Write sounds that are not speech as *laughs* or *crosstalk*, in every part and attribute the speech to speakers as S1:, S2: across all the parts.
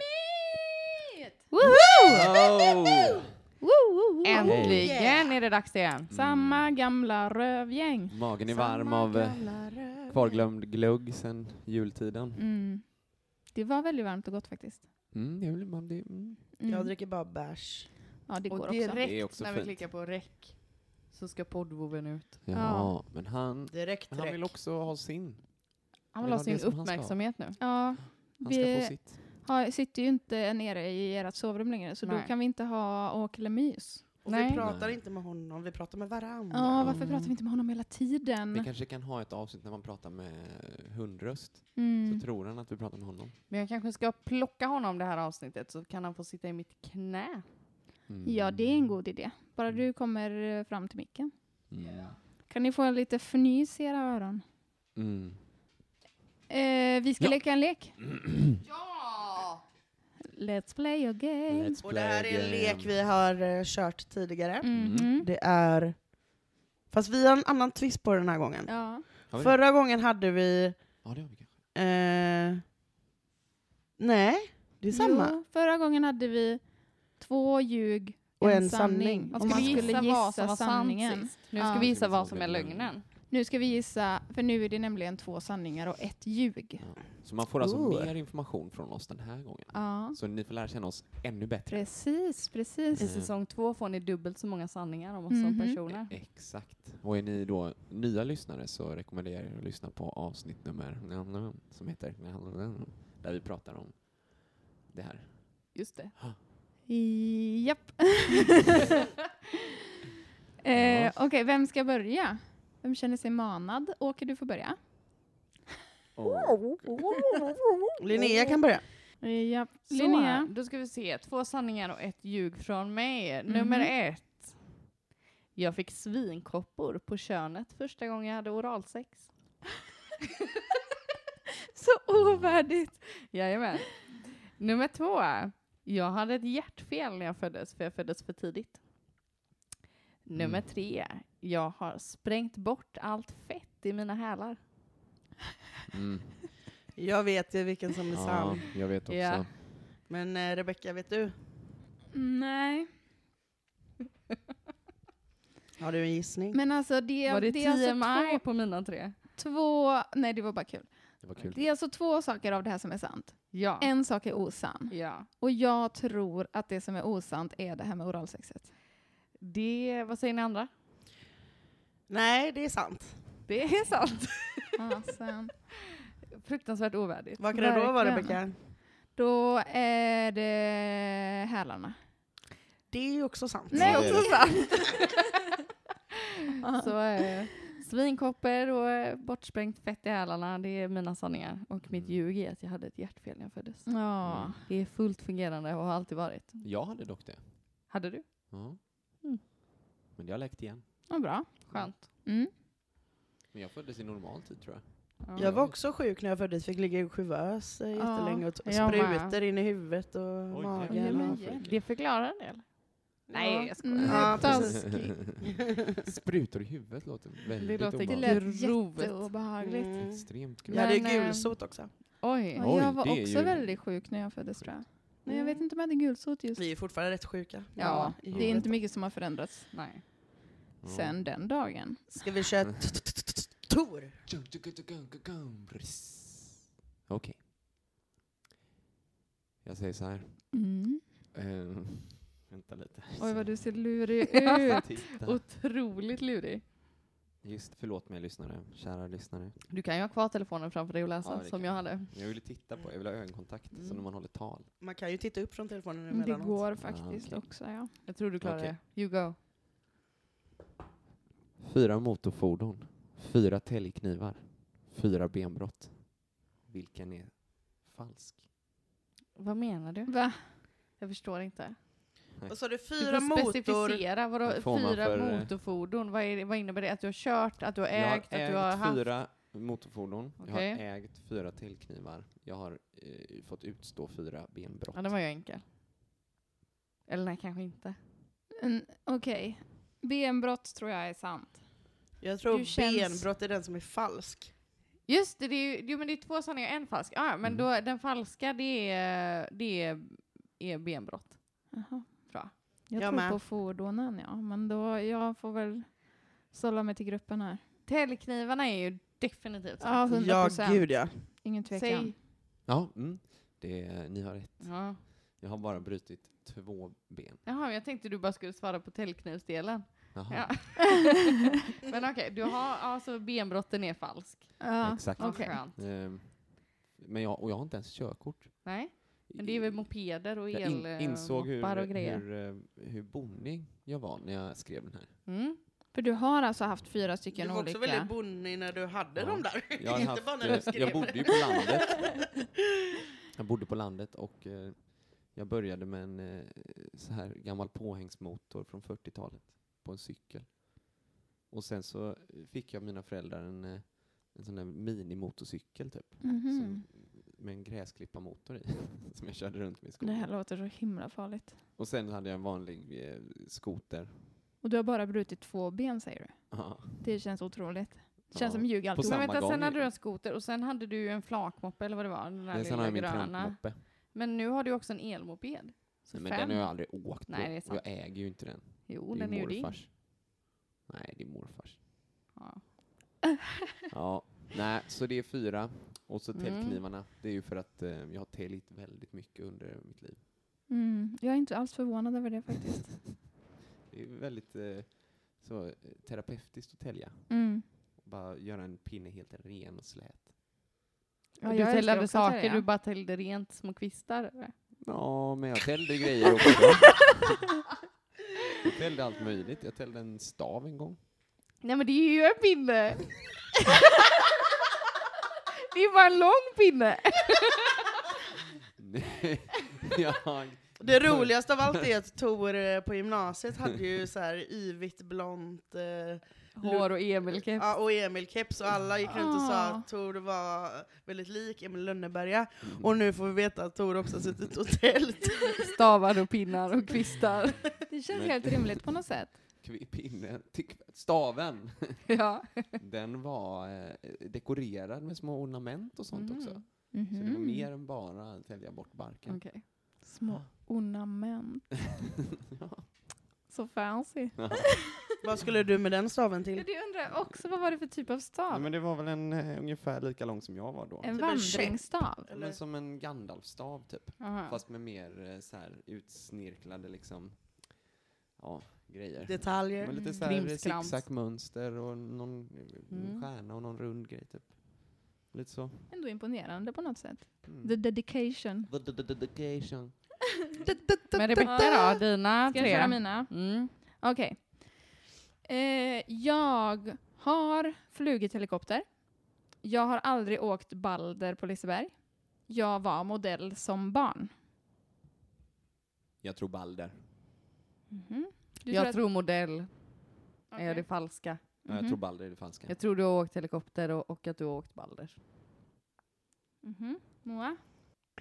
S1: Myt! Woho! Woo, woo, woo.
S2: Äntligen är det dags igen.
S1: Samma gamla rövgäng.
S3: Magen är
S1: Samma
S3: varm av eh,
S1: gamla rövgäng.
S3: kvarglömd glögg sen jultiden.
S1: Mm. Det var väldigt varmt och gott faktiskt.
S3: Mm, det är väl- man- det, mm.
S1: Mm.
S4: Jag dricker bara bärs.
S1: ja, det går
S2: Och
S1: också.
S3: Det är
S2: direkt
S3: också
S2: när vi
S3: fint.
S2: klickar på räck så ska poddvoven ut.
S3: ja,
S1: Ja.
S3: men han,
S4: Direkt
S3: han vill
S4: räck.
S3: också ha sin.
S2: Han
S3: Det
S2: vill
S3: var
S2: ha sin
S3: det som han ska ha.
S2: uppmärksamhet nu.
S1: Ja,
S3: Han ska
S1: Vi-
S3: få sitt.
S1: har, sitter ju inte nere i ert sovrum längre så då
S2: Nej.
S1: kan vi inte ha åk eller mys.
S4: Och
S2: Nej.
S4: vi pratar
S3: Nej.
S4: inte med honom, vi pratar med varandra.
S1: Ja, varför
S2: Mm.
S1: pratar vi inte med honom hela tiden?
S3: Vi kanske kan ha ett avsnitt när man pratar med eh, hundröst.
S1: Mm.
S3: Så tror han att vi pratar med honom.
S2: Men jag kanske ska plocka honom det här avsnittet så kan han få sitta i mitt knä.
S3: Mm.
S1: Ja, det är en god idé. Bara du kommer eh, fram till micken.
S3: Mm.
S1: Kan ni få en lite fnys i era öron?
S3: Mm.
S1: Eh, vi ska
S3: Ja.
S1: leka en lek. Let's play a game.
S3: Let's
S4: Och det här
S3: play
S4: är en
S3: game.
S4: lek vi har eh, kört tidigare.
S1: Mhm.
S3: Mm.
S4: Det är... Fast vi har en annan twist på den här gången.
S1: Ja.
S3: Har vi det?
S4: Förra gången hade vi...
S3: Ja, det har vi kanske.
S4: Eh... Nej, det är samma.
S1: Jo, förra gången hade vi två ljug,
S4: Och
S1: en,
S4: en
S1: sanning.
S4: sanning.
S2: Man
S1: Om
S2: skulle,
S1: man
S2: gissa,
S1: skulle
S2: vad som
S1: gissa
S2: var
S1: sanningen.
S2: sanningen. Nu
S1: Ja.
S2: ska vi gissa vad som är lögnen.
S1: Nu ska vi gissa, för nu är det nämligen två sanningar och ett ljug.
S3: Ja. Så man får alltså
S4: Ooh.
S3: mer information från oss den här gången.
S1: Ja,
S3: Så ni får lära känna oss ännu bättre.
S1: precis, precis.
S2: I säsong två får ni dubbelt så många sanningar om oss
S1: Mhm.
S2: som personer.
S3: Exakt. Och är ni då nya lyssnare så rekommenderar jag er att lyssna på avsnitt nummer som heter där vi pratar om det här.
S2: Just det. *laughs*
S1: Japp. eh, Okej, vem ska börja? Vem känner sig manad? Åker du får börja.
S4: Linnea kan börja.
S1: Japp.
S2: Så,
S1: Linnea.
S2: Då ska vi se. Två sanningar och ett ljug från mig. Nummer
S1: Mhm.
S2: ett. Jag fick svinkoppor på könet första gången jag
S1: *laughs*
S2: hade oralsex. Så ovärdigt! Jajamän. Nummer två. Jag hade ett hjärtfel när jag föddes, för jag föddes för tidigt. Nummer
S3: Mm.
S2: tre. Jag har sprängt bort allt fett i mina hälar.
S3: Mm.
S4: Jag vet ju vilken som är
S3: Ja,
S4: sann.
S3: jag vet också.
S2: Ja.
S4: Men eh, Rebecka, vet du?
S1: Nej.
S2: Mm.
S4: Har du en gissning?
S1: Men alltså det,
S2: Var det,
S1: det
S2: TMI
S1: är alltså två,
S2: på mina tre?
S1: två... Nej, det var bara kul.
S3: Det var kul.
S1: Det är alltså två saker av det här som är sant.
S2: Ja.
S1: En sak är osann.
S2: ja.
S1: Och jag tror att det som är osant är det här med oralsexet.
S2: Det, vad säger ni andra?
S4: Nej, det är sant.
S2: Det är sant.
S1: Fasen.
S2: Fruktansvärt ovärdigt.
S4: Vad kan det då vara
S1: Verkligen.
S4: Rebecka?
S1: Då är det hälarna.
S4: Det är ju också sant.
S1: Nej,
S3: det är
S1: också
S3: det.
S1: sant. *laughs*
S2: *laughs* Så eh, svinkopper och eh, bortsprängt fett i hälarna, det är mina sanningar. Och mitt
S3: Mm.
S2: ljug är att jag hade ett hjärtfel när jag föddes.
S1: Ja.
S3: Mm.
S2: Det är fullt fungerande och har alltid varit.
S3: Jag hade dock det.
S2: Hade du?
S3: Ja.
S2: Mm.
S3: Men det har läckt igen.
S1: Vad bra.
S2: Skönt.
S1: Mm.
S3: Men jag föddes i normal tid tror jag.
S2: Ja.
S4: Jag var
S1: Mm.
S4: också sjuk när jag föddes, fick ligga i kuvös eh, jättelänge och t-
S2: jag med.
S4: sprutor in i huvudet och magen.
S1: jävlar.
S4: och-
S2: Det förklarar en del. Nej, jag skojar.
S1: Mm,
S4: Ja, precis.
S1: taskigt.
S3: *laughs* Sprutor i huvudet låter
S2: Det
S3: väldigt
S2: låter
S1: Det
S3: obehagligt.
S1: lät
S2: Grovt.
S1: jätteobehagligt.
S4: Mm.
S3: Extremt
S4: Jag hade ju
S2: Men, eh,
S4: gulsot också.
S2: Oj.
S1: Ja, jag
S3: Oj,
S1: var
S3: det är
S1: också
S3: ju-
S1: väldigt sjuk när jag föddes tror jag. Men jag
S4: Mm.
S1: vet inte om jag hade gulsot just.
S4: Vi är fortfarande rätt sjuka.
S1: Ja,
S4: i
S1: det är
S4: huvudet.
S1: inte mycket som har förändrats
S2: Nej.
S3: Ja.
S1: sen den dagen.
S4: Ska vi köra ett Tor!
S3: Okej. Jag säger så här.
S1: Mm.
S3: Eh, vänta lite.
S1: Oj, vad du ser
S3: *laughs*
S1: lurig
S2: Ja.
S1: ut.
S3: Titta.
S2: Otroligt lurig.
S3: Just förlåt mig lyssnare, kära lyssnare.
S2: Du kan ju ha kvar telefonen framför dig och läsa,
S3: Ja, det
S2: som
S3: kan
S2: jag
S3: jag.
S2: hade.
S3: Jag ville titta på, jag vill ha ögonkontakt
S2: Mm.
S3: som när man håller tal.
S4: Man kan ju titta upp från telefonen
S1: Men Mm, Det
S4: emellanåt.
S1: går faktiskt
S3: Ah, okej.
S1: också, ja.
S2: Jag tror du klarar
S3: Okej.
S2: det. You go.
S3: Fyra motorfordon, fyra täljknivar, fyra benbrott. Vilken är falsk?
S2: Vad menar du?
S1: Va?
S2: Jag förstår inte.
S4: Och så är det
S2: Du
S4: fyra
S2: får
S4: motor.
S2: specificera. Vadå,
S3: Det får man
S2: fyra
S3: för, eh,
S2: motorfordon? Vad, är, det- vad innebär det? Att du har kört, att du har ägt,
S3: jag har
S2: att du har haft?
S3: fyra motorfordon,
S2: Okej.
S3: jag har ägt fyra täljknivar, jag har eh, fått utstå fyra benbrott.
S2: Ja, den var ju enkel. Eller nej, kanske inte.
S1: Mm, Okej. Benbrott tror jag är sant.
S4: Jag tror
S1: Du känns-
S4: benbrott är den som är falsk.
S2: Just det, det är, ju- jo, men det är två sanningar och en falsk. Ja, ja, men
S3: Mm.
S2: då, den falska, det är, det är, är benbrott.
S1: Jaha.
S2: Bra.
S1: Jag,
S4: Jag
S1: tror
S4: med.
S1: på fordonen, ja. Men då, jag får väl sålla mig till gruppen här.
S2: Täljknivarna är ju definitivt sant.
S1: Ja, hundra
S4: Ja,
S1: procent.
S4: gud ja.
S1: Ingen tvekan.
S2: Säg.
S3: Ja, mm, det, är- ni har rätt.
S2: Ja.
S3: Jag har bara brutit två ben.
S2: Jaha, men jag tänkte du bara skulle svara på täljknivsdelen.
S3: Jaha,
S2: *laughs* Ja. men okej, du har, alltså benbrotten är falsk.
S1: Ja.
S3: exakt.
S2: Vad
S1: Okej.
S2: skönt.
S3: Ehm, men jag, och jag har inte ens körkort.
S2: Nej, men det är väl mopeder och
S3: Jag in, insåg hur,
S2: elmoppar och grejer.
S3: hur, eh, hur bonnig jag var när jag skrev den här.
S2: Mm.
S1: För du har alltså haft fyra
S4: Du
S1: stycken
S4: var också väldigt
S1: olika...
S4: bonnig när du hade
S3: Ja.
S4: dem där.
S3: Jag, har
S4: *laughs* Inte
S3: haft,
S4: bara när
S3: eh,
S4: du skrev.
S3: jag bodde ju på landet.
S4: *laughs*
S3: Jag bodde på landet och eh, jag började med en eh, så här gammal påhängsmotor från 40-talet på en cykel. Och sen så fick jag av mina föräldrar en, eh, en sån där minimotorcykel typ.
S1: Mhm.
S3: Som, med en gräsklipparmotor i. *laughs* som jag körde runt med i
S1: Det
S3: skogen.
S1: här låter så himla farligt.
S3: Och sen hade jag en vanlig eh, skoter.
S1: Och du har bara brutit två ben, säger du?
S3: Ja.
S1: Det känns otroligt. Det
S3: Ja.
S1: känns som ljug
S3: På
S1: alltihop.
S2: Men
S3: samma
S2: vänta,
S3: gång
S2: sen
S3: är
S2: hade
S3: det.
S2: du en skoter och sen hade du ju en flakmoppe eller vad det var, den där
S3: Men sen har
S2: lilla
S3: jag min
S2: gröna.
S3: trampmoppe.
S2: Men nu har du också en elmoped. Så
S3: Nej, men
S2: fem.
S3: den har jag aldrig åkt
S2: Nej,
S3: på.
S2: det är
S3: och
S2: sant.
S3: jag äger ju inte den.
S2: Jo,
S3: det
S2: den är ju din.
S3: morfars. Nej, det är morfars.
S2: Ja.
S3: Ja, nej, så det är fyra. Och så
S2: Mm.
S3: täljknivarna. Det är ju för att eh, jag har täljt väldigt mycket under mitt liv.
S1: Mm. Jag är inte alls förvånad över det faktiskt.
S3: *laughs* Det är väldigt eh, så, eh, terapeutiskt att tälja.
S1: Mm.
S3: Bara göra en pinne helt ren och slät.
S1: Ja, jag
S2: du
S1: älskar
S2: täljde
S1: också att
S2: saker,
S1: tälja. *laughs*
S2: du bara täljde rent små kvistar. eller?
S3: Ja, men jag täljde grejer också. jag täljde allt möjligt. Jag täljde en stav en gång. *laughs*
S2: Nej men det är ju en pinne! det är bara en lång pinne!
S3: Nej, jag,
S4: Det roligaste av allt är att Tor eh, på gymnasiet hade ju så här yvigt blont eh,
S2: *laughs* Hår och Emil keps.
S4: ja, och Emil-keps och alla gick runt och sa
S1: Ah.
S4: att Tor var väldigt lik Emil Lönneberga. Och nu får vi veta att Tor också har suttit och
S2: *laughs*
S4: tält.
S2: Stavar och pinnar och kvistar.
S1: Det känns
S3: Men-
S1: helt rimligt på något sätt.
S3: kvi- pinnen, tyck- staven,
S2: *laughs* ja.
S3: den var eh, dekorerad med små ornament och sånt också. Så det var
S1: Mhm.
S3: mer än bara att tälja bort barken.
S2: Okej.
S1: Små ornament.
S3: *laughs*
S1: Så fancy.
S4: Vad skulle du med den staven
S1: Ja,
S4: till?
S1: det undrar jag också, vad var det för typ av
S3: Ja,
S1: stav?
S3: men det var väl en eh, ungefär lika lång som jag var då.
S1: en
S4: typ en käpp.
S1: vandringsstav?
S4: Eller?
S3: Men som en Gandalf-stav typ.
S2: Aha.
S3: Fast med mer eh, så här utsnirklade liksom, ja, grejer.
S4: Detaljer.
S3: Men lite
S2: Mm.
S3: så här
S2: Krimskrams.
S3: zigzagmönster och någon
S2: Mm.
S3: mm. stjärna och någon rund grej typ. Lite så.
S1: Ändå imponerande på något sätt.
S3: Mm.
S1: The dedication.
S3: The- the- the- the- dedication.
S2: Men Rebecka då, dina
S1: Ska jag köra
S2: tre?
S1: mina?
S2: Mm.
S1: Okej. Eh, jag har flugit helikopter. Jag har aldrig åkt Balder på Liseberg. Jag var modell som barn.
S3: Jag tror Balder.
S1: Mhm. Du
S2: Jag
S1: att-
S2: tror modell
S1: Okej.
S2: är det falska.
S3: Ja, jag
S1: Mhm.
S3: tror Balder är det falska.
S2: Jag tror du har åkt helikopter och, och att du har åkt Balder.
S1: Mhm. Moa?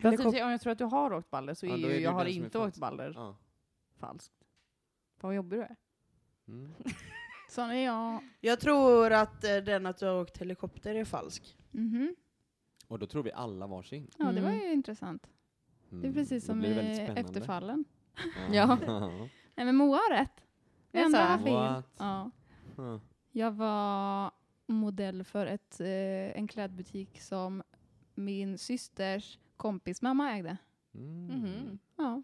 S2: Fast i och för sig, om jag tror att du har åkt Balder så är
S3: Ja, då
S2: ju
S3: är det ju
S2: jag har
S3: den som är
S2: inte åkt
S3: falsk.
S2: Balder
S3: Ja.
S2: falskt. Fan vad jobbig du är.
S3: Mm.
S1: Sån är jag.
S4: Jag tror att eh, den att du har åkt helikopter är falsk.
S1: Mhm.
S3: Och då tror vi alla varsin.
S1: Ja, det var
S2: Mm.
S1: ju intressant. Det är
S3: Mm.
S1: precis
S3: Då
S1: som
S3: blir
S1: i
S3: det väldigt spännande.
S1: efterfallen.
S2: Ja.
S3: *laughs*
S1: Nej, men Moa har rätt. Vi
S2: Är det
S1: andra
S2: så?
S1: har fel.
S3: What?
S1: Ja.
S3: Ja.
S1: Jag var modell för ett, eh, en klädbutik som min systers kompis mamma ägde.
S3: Mm.
S2: Mhm.
S1: Ja.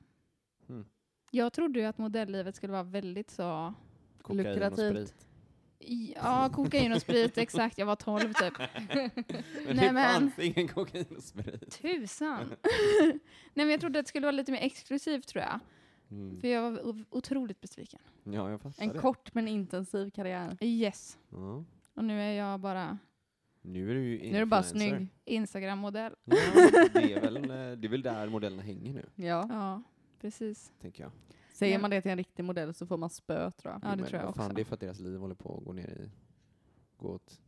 S3: Mm.
S1: Jag trodde ju att modelllivet skulle vara väldigt så...
S3: Kokain och
S2: Lukrativt.
S3: sprit.
S1: Ja, kokain och sprit,
S3: *laughs*
S1: exakt. Jag var 12
S2: *laughs*
S1: typ.
S3: Men
S1: Nej,
S3: det
S1: men-
S3: fanns ingen kokain och sprit. *laughs*
S1: Tusan! Nej men jag trodde att det skulle vara lite mer exklusivt tror jag.
S3: Mm.
S1: För jag var o- otroligt besviken.
S3: Ja, jag fattar
S2: En
S3: det.
S2: kort men intensiv karriär.
S1: Yes.
S3: Ja.
S1: Och nu är jag bara
S3: Nu är du ju
S2: Nu är du bara
S3: influencer.
S2: snygg.
S1: Instagram-modell.
S3: Ja, det, är väl, eh, det är väl där modellerna hänger nu,
S2: Ja.
S1: Ja, precis.
S3: tänker jag.
S2: Säger
S1: Ja.
S2: man det till en riktig modell så får man spö tror jag.
S1: Ja, det tror jag
S3: vad fan,
S1: också.
S3: Det är för att deras liv håller på att gå ner i... Gå åt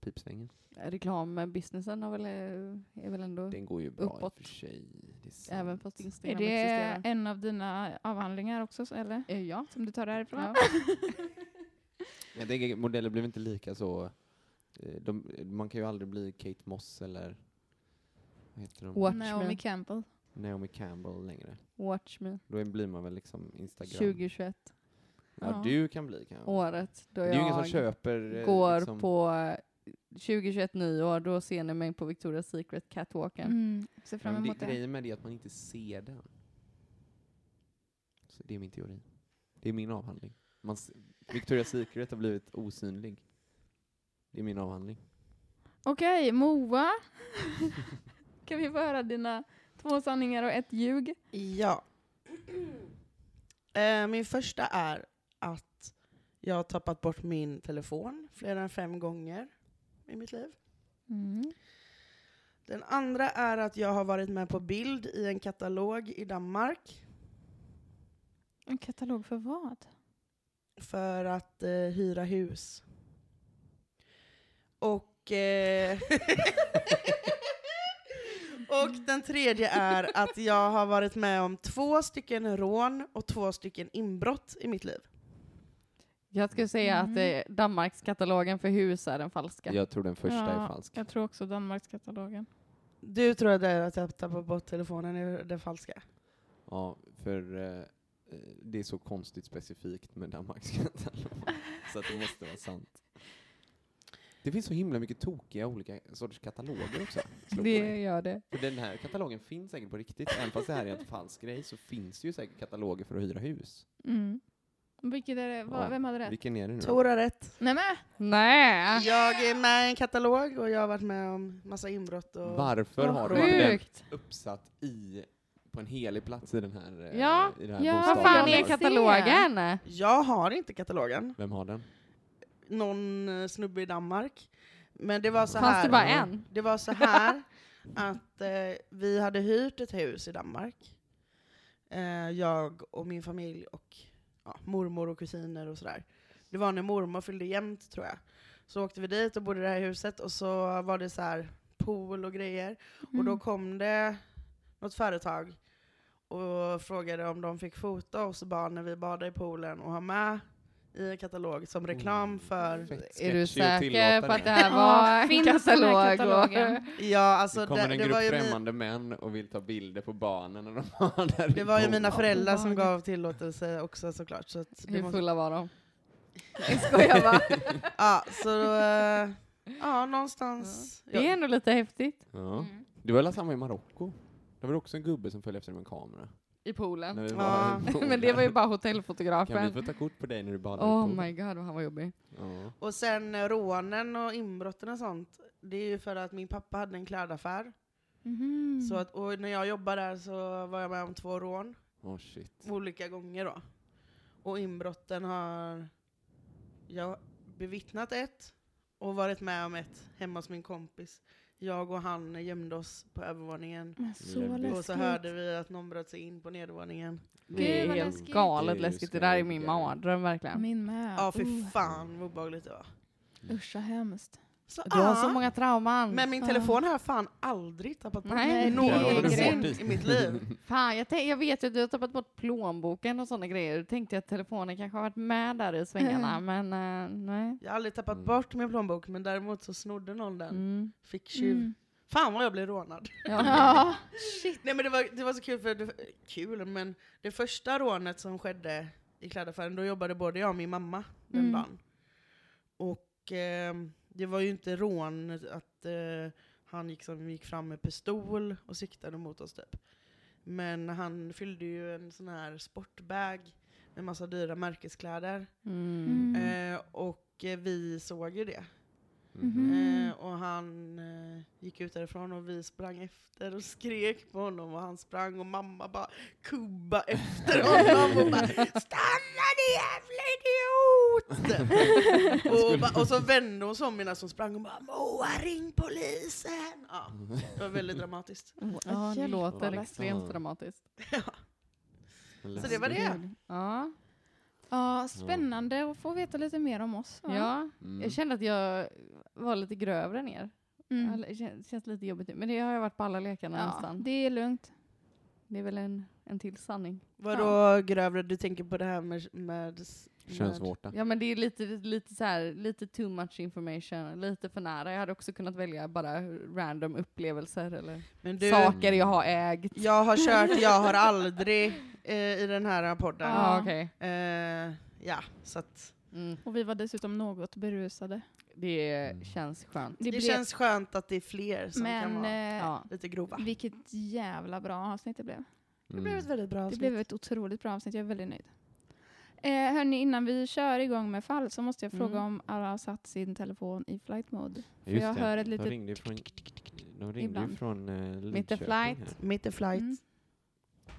S3: pipsvängen.
S2: Reklambusinessen har väl, eh, är väl ändå,
S3: Den går ju bra
S2: Uppåt.
S3: i och för sig. Det är sant.
S2: även fast
S1: Är
S2: Instagram
S1: det
S2: existerar.
S1: en av dina avhandlingar också, så- eller?
S2: Eh, Ja.
S1: Som du tar därifrån?
S2: Ja.
S3: Jag tänker, modeller blev inte lika så... eh, De, man kan ju aldrig bli Kate Moss eller... Vad heter de?
S2: Watch
S1: Naomi
S2: me.
S1: Campbell.
S3: Naomi Campbell längre.
S2: Watch me.
S3: Då är- blir man väl liksom Instagram.
S2: 2021.
S3: Ja,
S1: Ja.
S3: du kan bli kanske.
S2: Året då
S3: det är ju ingen som
S2: jag
S3: köper... eh,
S2: går
S3: liksom,
S2: på eh, 2021 nyår. Då ser ni mig på Victoria's Secret catwalken.
S1: Mm. Ser
S3: Ja,
S1: fram
S3: men
S1: emot
S3: det,
S1: det.
S3: grejen med det är att man inte ser den. Så det är min teori. Det är min avhandling. Man, s- Victoria's Secret har blivit osynlig. Det är min avhandling.
S1: Okej, *laughs* Moa. kan vi få höra dina två sanningar och ett ljug?
S4: Ja. *clears throat* Eh, Min första är att jag har tappat bort min telefon fler än fem gånger i mitt liv.
S1: Mm.
S4: Den andra är att jag har varit med på bild i en katalog i Danmark
S1: En katalog för vad?
S4: för att eh, hyra hus. Och... Eh, *laughs* och den tredje är att jag har varit med om två stycken rån och två stycken inbrott i mitt liv.
S2: Jag skulle säga
S1: Mm.
S2: att eh, Danmarkskatalogen för hus är den falska.
S3: Jag tror den första
S1: Ja,
S3: är falsk.
S1: Jag tror också Danmarkskatalogen.
S4: Du tror att det är att jag tappar bort telefonen, är det falska?
S3: Ja, för eh, eh, det är så konstigt specifikt med *laughs* Danmarkskatalog. så att det måste vara sant. Det finns så himla mycket tokiga olika sorters kataloger också. slog mig.
S2: Det gör det.
S3: För den här katalogen finns säkert på riktigt. Även fast det här är en falsk grej så finns det ju säkert kataloger för att hyra hus.
S1: Mm. Vilket är det? Va-
S3: Ja,
S1: Vem hade rätt?
S3: Vilken är det nu då?
S4: Tor har rätt.
S1: Nej men!
S2: Nej!
S4: Jag är med i en katalog och jag har varit med om massa inbrott. Och...
S3: Varför
S1: Vad
S3: har de den
S2: Sjukt!
S3: uppsatt i, på en helig plats i den här, eh,
S2: Ja,
S3: i den här
S1: ja,
S3: bostaden?
S2: Vad fan
S1: Jag
S2: är
S1: vill
S2: katalogen?
S4: Jag har inte katalogen.
S3: Vem har den?
S4: Någon eh, snubbe i Danmark. Men det var så
S2: Fanns
S4: här.
S2: det bara en?
S4: Det var så här *laughs* att eh, vi hade hyrt ett hus i Danmark. Eh, jag och min familj och ja, mormor och kusiner och sådär. Det var när mormor fyllde jämnt tror jag. Så åkte vi dit och bodde i det här huset och så var det så här pool och grejer.
S1: Mm.
S4: Och då kom det något företag och frågade om de fick fota oss barn när vi badade i poolen och ha med i en katalog som
S3: Oh,
S4: reklam för...
S3: Fett
S2: Är du
S3: sketchy att
S2: säker
S3: tillåta
S2: på att det
S3: det
S2: här
S1: Ja,
S2: var en
S1: finns den här
S2: katalog?
S1: katalogen?
S4: Ja, alltså
S3: det kommer
S4: det,
S3: en
S4: det,
S3: grupp
S4: var ju min,
S3: främmande män och vill ta bilder på barnen när de *laughs* har där
S4: det
S3: i
S4: var ju
S3: poolen.
S4: mina föräldrar som
S1: Obehagligt.
S4: gav tillåtelse också såklart. Så, att
S2: Och
S4: det
S2: hur
S4: måste,
S2: fulla var de? Jag skojar bara.
S4: ja, så då, eh, ja, någonstans.
S2: Det är
S4: Ja,
S2: ändå lite häftigt.
S3: Ja. Det var väl samma i Marocko. Det var det också en gubbe som följde efter med en kamera.
S2: I poolen.
S3: När vi
S4: Ja.
S3: var i poolen.
S2: *laughs* Men det var ju bara
S3: Kan vi
S2: hotellfotografen.
S3: få ta kort på dig när du badar i
S2: Oh
S3: poolen?
S2: my god vad han var jobbig.
S3: Ja.
S4: och sen eh, rånen och inbrotten och sånt. Det är ju för att min pappa hade en klädaffär.
S1: Mhm.
S4: Så att, och när jag jobbade där så var jag med om två rån.
S3: Oh, shit.
S4: olika gånger då. Och inbrotten har jag bevittnat ett och varit med om ett hemma hos min kompis. Jag och han gömde oss på övervåningen.
S1: Men så
S3: Och så
S1: läskigt.
S4: Och så hörde vi att någon bröt sig in på nedervåningen.
S2: Det är
S1: vad
S2: helt
S1: läskigt.
S2: galet
S3: Du
S2: läskigt. Det
S3: ska
S2: där är min
S3: ligga.
S2: mardröm verkligen.
S1: Min med.
S4: Ja, fy
S1: Uh,
S4: fan vad obehagligt det var.
S1: Usch vad hemskt.
S4: Så,
S2: Du har
S4: ja,
S2: så många trauman.
S4: Men min telefon har jag fan aldrig tappat bort.
S2: Nej,
S1: det är
S4: någonsin
S1: grymt.
S4: i mitt liv.
S2: Fan, jag, tän- jag vet ju att du har tappat bort plånboken och sådana grejer. Då tänkte jag att telefonen kanske har varit med där i svängarna, men eh, nej.
S4: Jag har aldrig tappat
S3: Mm.
S4: bort min plånbok, men däremot så snodde någon den.
S2: Mm.
S4: Fick tjuv. Fan vad jag blev rånad.
S2: Ja.
S4: Nej men det var, det var så kul, för det, kul, men det första rånet som skedde i klädaffären, då jobbade både jag och min mamma den
S1: Mm.
S4: dagen. Och ehm, Det var ju inte rån att eh, han gick, som, gick fram med pistol och siktade mot oss typ. Men han fyllde ju en sån här sportbag med massa dyra märkeskläder.
S2: Mm.
S4: Eh, och eh, vi såg ju det.
S1: Mhm.
S4: Eh, och han eh, gick ut därifrån och vi sprang efter och skrek på honom och han sprang och mamma bara kubba efter honom och bara stanna din jävla idiot! och, ba, och så vände hon sig om medan hon sprang och bara Moa ring polisen! Ja, det var väldigt dramatiskt.
S2: Ja, det
S1: Hjälp,
S2: låter
S1: vad
S2: extremt
S3: läskigt.
S2: dramatiskt.
S4: Ja.
S3: Men
S4: Så det var
S3: läskigt.
S4: det.
S2: Ja.
S1: Ja, spännande att få veta lite mer om oss. va?
S2: ja.
S3: Mm.
S2: Jag kände att jag var lite grövre än er.
S1: Mm.
S2: Ja, Det kän- känns lite jobbigt nu, men det har jag varit på alla lekarna
S1: ja
S2: nästan.
S1: det är lugnt.
S2: Det är väl en, en till sanning.
S4: Vadå grövre, du tänker på det här med... med, med
S3: Könsvårta.
S2: Ja men det är lite, lite så här, lite too much information, lite för nära. Jag hade också kunnat välja bara random upplevelser eller
S4: men du,
S2: saker jag har ägt.
S4: jag har kört, jag har aldrig eh, i den här podden.
S1: Ja.
S2: Ja, okej.
S4: Eh, ja, så att
S2: Mm.
S1: Och vi var dessutom något berusade. Mm.
S2: Det känns skönt.
S1: Det,
S4: det,
S1: blev-
S4: känns skönt att det är fler som kan
S1: men
S4: vara
S1: eh,
S2: Ja.
S4: lite grova.
S1: vilket jävla bra avsnitt det blev.
S4: Det
S3: Mm.
S4: blev ett väldigt bra
S1: Det blev ett otroligt bra avsnitt, jag är väldigt nöjd. Eh, hörni, innan vi kör igång med fall så måste jag fråga
S2: Mm.
S1: om alla har satt sin telefon i flight mode. För
S3: Just
S1: jag
S3: det.
S1: hör ett
S3: De
S1: litet...
S3: ringde ju från, de ringde ju
S1: Ibland.
S3: från eh,
S2: Mitt i
S3: Linköping.
S2: flight.
S3: här.
S4: Mitt i flight.
S1: Mm.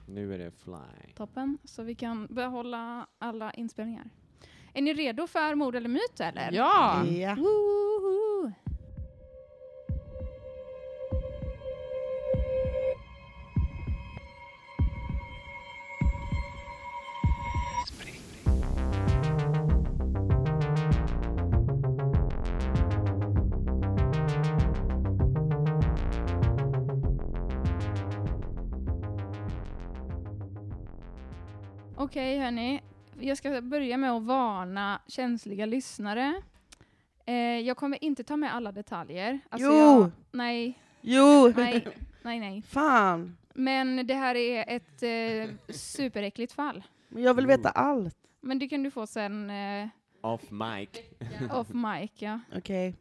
S3: Nu är det fly.
S1: Toppen, så vi kan behålla alla inspelningar. Är ni redo för mord eller myt eller?
S2: Ja!
S4: Ja.
S1: Woho! Okej hörni, jag ska börja med att varna känsliga lyssnare. Eh, jag kommer inte ta med alla detaljer. Alltså
S4: Jo!
S1: Jag, nej,
S4: Jo!
S1: nej, nej, nej.
S4: *laughs* Fan!
S1: Men det här är ett eh, superäckligt fall.
S4: Men jag vill
S3: Mm.
S4: veta allt.
S1: Men det kan du få sen eh,
S3: Off *laughs* mic.
S1: off mic. Ja.
S4: Okej.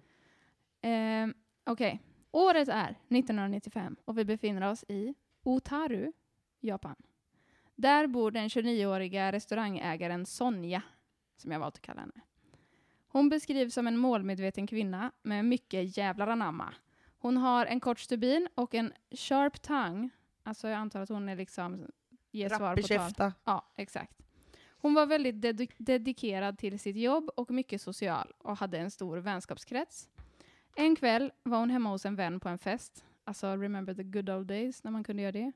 S1: Eh, Okej. Året är 1995 och vi befinner oss i Otaru, Japan. Där bor den 29-åriga restaurangägaren Sonja, som jag valt att kalla henne. Hon beskrivs som en målmedveten kvinna med mycket jävlar anamma. Hon har en kort stubin och en sharp tongue. Alltså jag antar att hon är liksom ger svar
S4: Rapp i
S1: på tal.
S4: käfta.
S1: Ja, exakt. Hon var väldigt dedu- dedikerad till sitt jobb och mycket social och hade en stor vänskapskrets. En kväll var hon hemma hos en vän på en fest. Alltså, remember the good old days när man kunde göra det.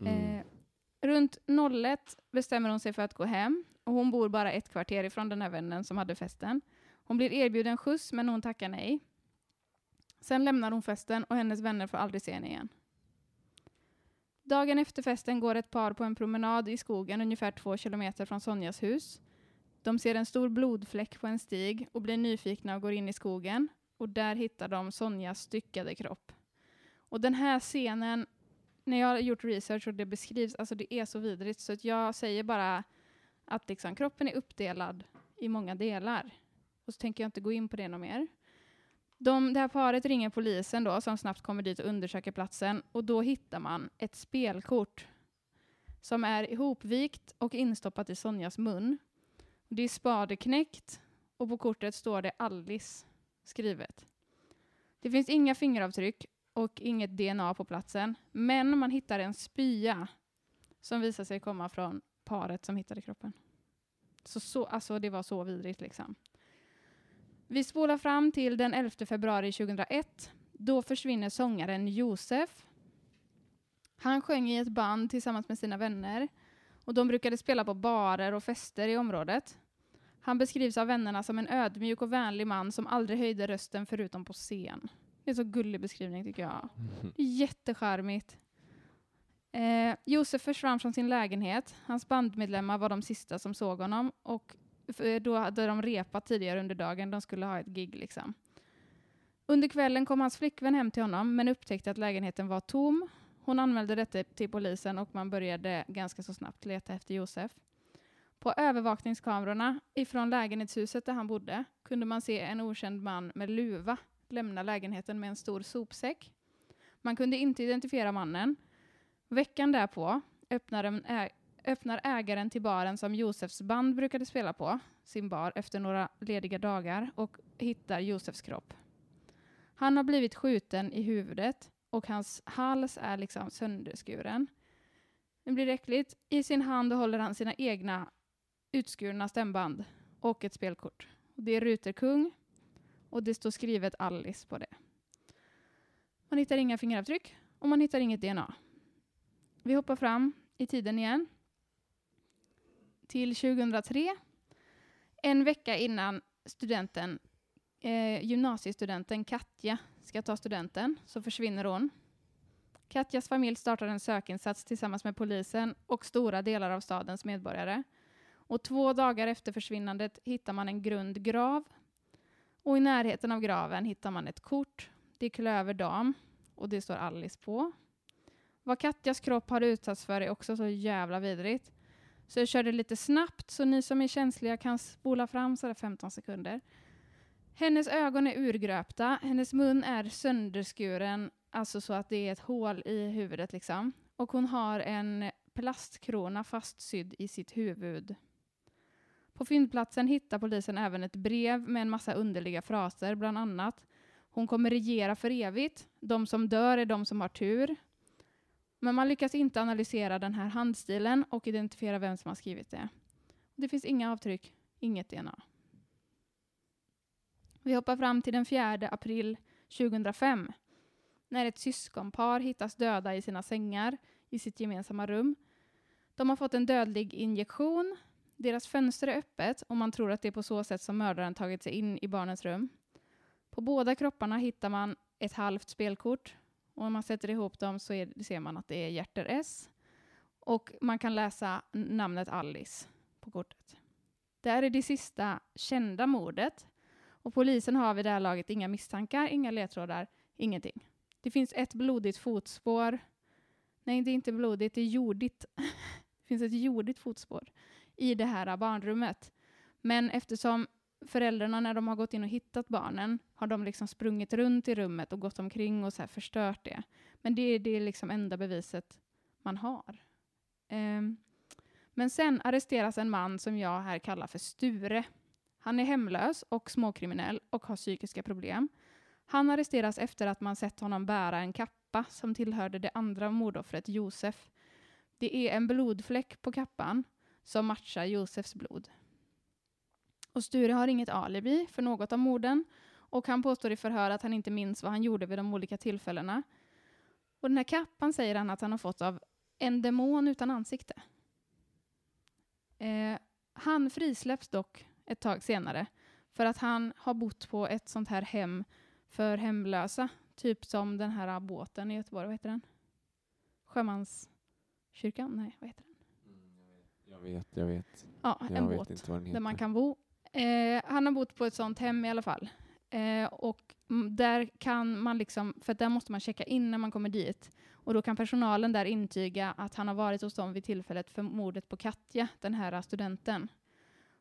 S3: Mm.
S1: Eh, runt 01 bestämmer hon sig för att gå hem och hon bor bara ett kvarter ifrån den här vännen som hade festen. Hon blir erbjuden skjuts men hon tackar nej. Sen lämnar hon festen och hennes vänner får aldrig se henne igen. Dagen efter festen går ett par på en promenad i skogen ungefär två kilometer från Sonjas hus. De ser en stor blodfläck på en stig och blir nyfikna och går in i skogen. Och där hittar de Sonjas styckade kropp. Och den här scenen när jag har gjort research och det beskrivs, alltså det är så vidrigt så att jag säger bara att liksom, kroppen är uppdelad i många delar. Och så tänker jag inte gå in på det något mer. De, det här paret ringer polisen då som snabbt kommer dit och undersöker platsen och då hittar man ett spelkort som är ihopvikt och instoppat i Sonjas mun. Det är spadeknäckt och på kortet står det Alice skrivet. Det finns inga fingeravtryck och inget DNA på platsen. Men man hittar en spya som visar sig komma från paret som hittade kroppen. Så, så, alltså det var så vidrigt liksom. Vi spolar fram till den 11 februari 2001. Då försvinner sångaren Josef. Han sjöng i ett band tillsammans med sina vänner och de brukade spela på barer och fester i området. Han beskrivs av vännerna som en ödmjuk och vänlig man som aldrig höjde rösten förutom på scen. Det är så gullig beskrivning tycker jag. Jättecharmigt. Eh, Josef försvann från sin lägenhet. Hans bandmedlemmar var de sista som såg honom och f- eh, då hade de repat tidigare under dagen. De skulle ha ett gig liksom. Under kvällen kom hans flickvän hem till honom men upptäckte att lägenheten var tom. Hon anmälde detta till polisen och man började ganska så snabbt leta efter Josef. På övervakningskamerorna ifrån lägenhetshuset där han bodde kunde man se en okänd man med luva lämna lägenheten med en stor sopsäck. Man kunde inte identifiera mannen. Veckan därpå öppnar, en ä- öppnar ägaren till baren som Josefs band brukade spela på sin bar efter några lediga dagar och hittar Josefs kropp. Han har blivit skjuten i huvudet och hans hals är liksom sönderskuren. Det blir äckligt. I sin hand håller han sina egna utskurna stämband och ett spelkort. Det är ruter kung och det står skrivet Alice på det. Man hittar inga fingeravtryck och man hittar inget DNA. Vi hoppar fram i tiden igen. Till 2003. En vecka innan studenten, eh, gymnasiestudenten Katja ska ta studenten så försvinner hon. Katjas familj startar en sökinsats tillsammans med polisen och stora delar av stadens medborgare. Och två dagar efter försvinnandet hittar man en grund grav. Och i närheten av graven hittar man ett kort. Det är Klöver dam och det står Alice på. Vad Katjas kropp har utsatts för är också så jävla vidrigt. Så jag körde lite snabbt så ni som är känsliga kan spola fram sådär 15 sekunder. Hennes ögon är urgröpta, hennes mun är sönderskuren, alltså så att det är ett hål i huvudet liksom. Och hon har en plastkrona fastsydd i sitt huvud. På fyndplatsen hittar polisen även ett brev med en massa underliga fraser, bland annat Hon kommer regera för evigt, de som dör är de som har tur. Men man lyckas inte analysera den här handstilen och identifiera vem som har skrivit det. Det finns inga avtryck, inget DNA. Vi hoppar fram till den 4 april 2005 när ett syskonpar hittas döda i sina sängar i sitt gemensamma rum. De har fått en dödlig injektion. Deras fönster är öppet och man tror att det är på så sätt som mördaren tagit sig in i barnens rum. På båda kropparna hittar man ett halvt spelkort och om man sätter ihop dem så är, ser man att det är hjärter S och man kan läsa namnet Alice på kortet. Det här är det sista kända mordet och polisen har vid det här laget inga misstankar, inga ledtrådar, ingenting. Det finns ett blodigt fotspår. Nej, det är inte blodigt, det är jordigt. *laughs* det finns ett jordigt fotspår i det här barnrummet. Men eftersom föräldrarna när de har gått in och hittat barnen har de liksom sprungit runt i rummet och gått omkring och så här förstört det. Men det, är- det är liksom enda beviset man har. Ehm, men sen arresteras en man som jag här kallar för Sture. Han är hemlös och småkriminell och har psykiska problem. Han arresteras efter att man sett honom bära en kappa som tillhörde det andra mordoffret Josef. Det är en blodfläck på kappan som matchar Josefs blod. Och Sture har inget alibi för något av morden och han påstår i förhör att han inte minns vad han gjorde vid de olika tillfällena. Och den här kappan säger han att han har fått av en demon utan ansikte. Eh, han frisläpps dock ett tag senare för att han har bott på ett sånt här hem för hemlösa. Typ som den här båten i Göteborg, vad heter den? Sjömanskyrkan? Nej, vad heter den?
S3: Jag vet, jag vet.
S1: Ja,
S3: Jag
S1: en
S3: vet
S1: båt.
S3: inte vad den heter.
S1: där man kan bo. Eh, han har bott på ett sånt hem i alla fall. Eh, och mm, där kan man liksom, för att där måste man checka in när man kommer dit. Och då kan personalen där intyga att han har varit hos dem vid tillfället för mordet på Katja, den här studenten.